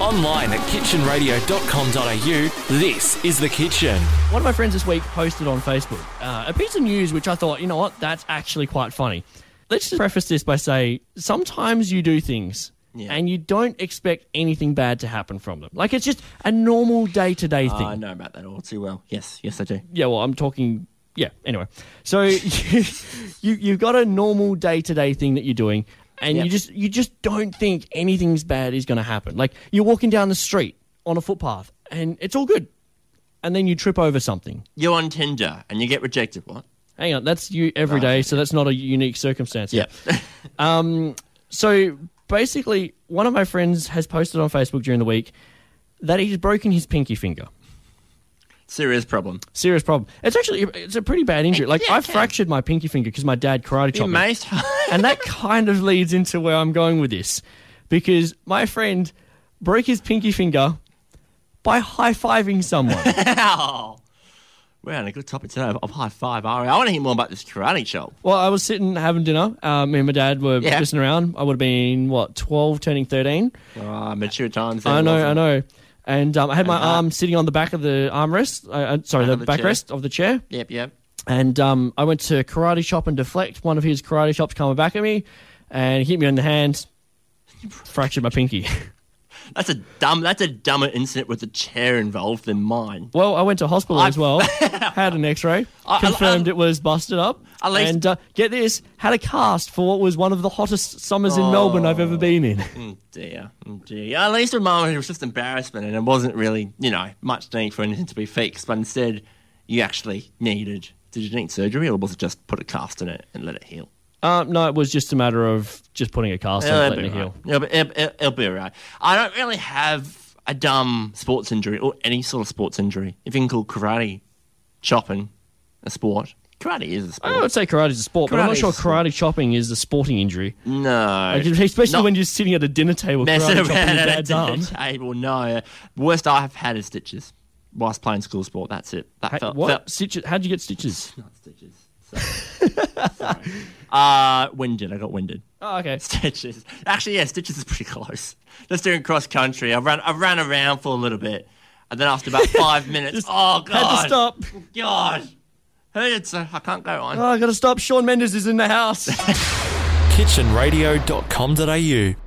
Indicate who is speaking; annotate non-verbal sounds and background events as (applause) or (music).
Speaker 1: Online at kitchenradio.com.au. This is The Kitchen.
Speaker 2: One of my friends this week posted on Facebook uh, a piece of news which I thought, you know what, that's actually quite funny. Let's just preface this by saying sometimes you do things and you don't expect anything bad to happen from them. Like it's just a normal day to day
Speaker 3: I
Speaker 2: thing.
Speaker 3: know about that all too well. Yes, yes, I do.
Speaker 2: Yeah, well, I'm talking. Yeah, anyway. So (laughs) you, you, you've got a normal day to day thing that you're doing and
Speaker 3: Yeah.
Speaker 2: you just you just don't think anything's bad is going to happen. Like you're walking down the street on a footpath and it's all good. And then you trip over something.
Speaker 3: You're on Tinder and you get rejected. What?
Speaker 2: Hang on, that's you every day, so that's not a unique circumstance.
Speaker 3: Yeah.
Speaker 2: So basically, one of my friends has posted on Facebook during the week that he's broken his pinky finger.
Speaker 3: (laughs) Serious problem.
Speaker 2: Serious problem. It's actually it's a pretty bad injury. Like
Speaker 3: Yeah,
Speaker 2: I
Speaker 3: it can.
Speaker 2: fractured my pinky finger because my dad karate
Speaker 3: You
Speaker 2: chopped me,
Speaker 3: (laughs) maced-
Speaker 2: and that kind of leads into where I'm going with this, because my friend broke his pinky finger by high fiving
Speaker 3: (laughs)
Speaker 2: someone.
Speaker 3: Ow. We're on a good topic today of- of high five, Ari. I want to hear more about this karate chop.
Speaker 2: Well, I was sitting having dinner. Uh, me and my dad were
Speaker 3: Yeah.
Speaker 2: messing around. I would have been what twelve, turning thirteen.
Speaker 3: Ah, mature times.
Speaker 2: I know,
Speaker 3: wasn't
Speaker 2: I
Speaker 3: it?
Speaker 2: know. And um, I had my
Speaker 3: that-
Speaker 2: arm sitting on the back of the armrest. Uh, uh, sorry, the,
Speaker 3: Of the chair.
Speaker 2: backrest of the chair.
Speaker 3: Yep, yep.
Speaker 2: And um, I went to karate shop and deflect. One of his karate shops coming back at me, and hit me in the hand. Fractured my pinky. (laughs)
Speaker 3: That's a dumb. That's a dumber incident with a chair involved than mine.
Speaker 2: well, I went to hospital as
Speaker 3: (laughs)
Speaker 2: well. Had an X-ray.
Speaker 3: I- I-
Speaker 2: confirmed
Speaker 3: I-
Speaker 2: it was busted up.
Speaker 3: At least-
Speaker 2: and uh, get this, had a cast for what was one of the hottest summers in Melbourne I've ever been in.
Speaker 3: Oh dear, oh dear. At least with mine, it was just embarrassment, and it wasn't really, you know, much need for anything to be fixed. But instead, you actually needed. Did you need surgery, or was it just put a cast in it and let it heal?
Speaker 2: um, no, it was just a matter of just putting a cast on, and
Speaker 3: it'll,
Speaker 2: letting it
Speaker 3: be
Speaker 2: heal.
Speaker 3: all right. It'll, be- it'll- it'll- it'll be all right. I don't really have a dumb sports injury or any sort of sports injury. If you can call karate chopping a sport, karate is a sport.
Speaker 2: I would say karate is a sport, but I'm not
Speaker 3: Karate
Speaker 2: sure
Speaker 3: is a sport.
Speaker 2: karate chopping is a sporting injury.
Speaker 3: no,
Speaker 2: Like,
Speaker 3: (laughs)
Speaker 2: especially
Speaker 3: Not-
Speaker 2: when you're sitting at a dinner table Oh. karate
Speaker 3: messing
Speaker 2: chopping your
Speaker 3: around at a
Speaker 2: dad's
Speaker 3: dinner
Speaker 2: arm.
Speaker 3: table. No, worst I've had is stitches whilst playing school sport. That's it. That
Speaker 2: Hey,
Speaker 3: felt,
Speaker 2: what?
Speaker 3: felt-
Speaker 2: Stitches? How'd you get
Speaker 3: (laughs)
Speaker 2: stitches?
Speaker 3: not stitches. Sorry.
Speaker 2: (laughs)
Speaker 3: Sorry. Uh, winded. I got winded.
Speaker 2: Oh, okay.
Speaker 3: Stitches. Actually, yeah, stitches is pretty close. Just doing cross country. I ran. I ran around for a little bit, and then after about
Speaker 2: (laughs)
Speaker 3: five minutes, oh god,
Speaker 2: Had to stop.
Speaker 3: God, hurts. I can't go on.
Speaker 2: Oh, I gotta stop. Sean Mendes is in the house.
Speaker 1: Kitchenradio.com.au.